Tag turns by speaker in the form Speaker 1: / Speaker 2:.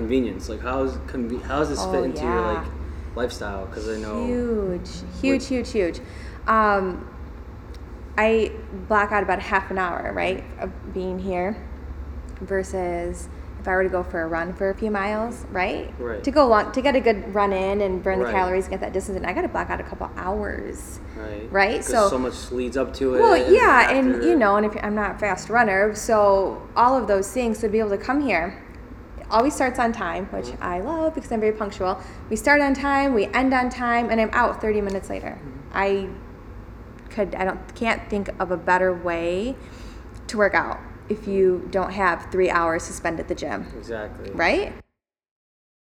Speaker 1: convenience. Like how's conve- how does this
Speaker 2: Oh,
Speaker 1: fit into your
Speaker 2: yeah.
Speaker 1: like lifestyle? Because I know
Speaker 2: Huge, huge, huge, huge. Um, I black out about half an hour, right, of being here versus if I were to go for a run for a few miles, right?
Speaker 1: Right.
Speaker 2: To go long, to get a good run in and burn
Speaker 1: Right.
Speaker 2: the calories and get that distance in, I got to black out a couple hours.
Speaker 1: right
Speaker 2: right,
Speaker 1: 'Cause
Speaker 2: so-
Speaker 1: so much leads up to it.
Speaker 2: Well, yeah, and
Speaker 1: after-
Speaker 2: you know, and if I'm not a fast runner, so all of those things to be able to come here. It Always starts on time, which I love because I'm very punctual. We start on time, we end on time, and I'm out 30 minutes later. I could I don't can't think of a better way to work out if you don't have 3 hours to spend at the gym,
Speaker 1: exactly
Speaker 2: right?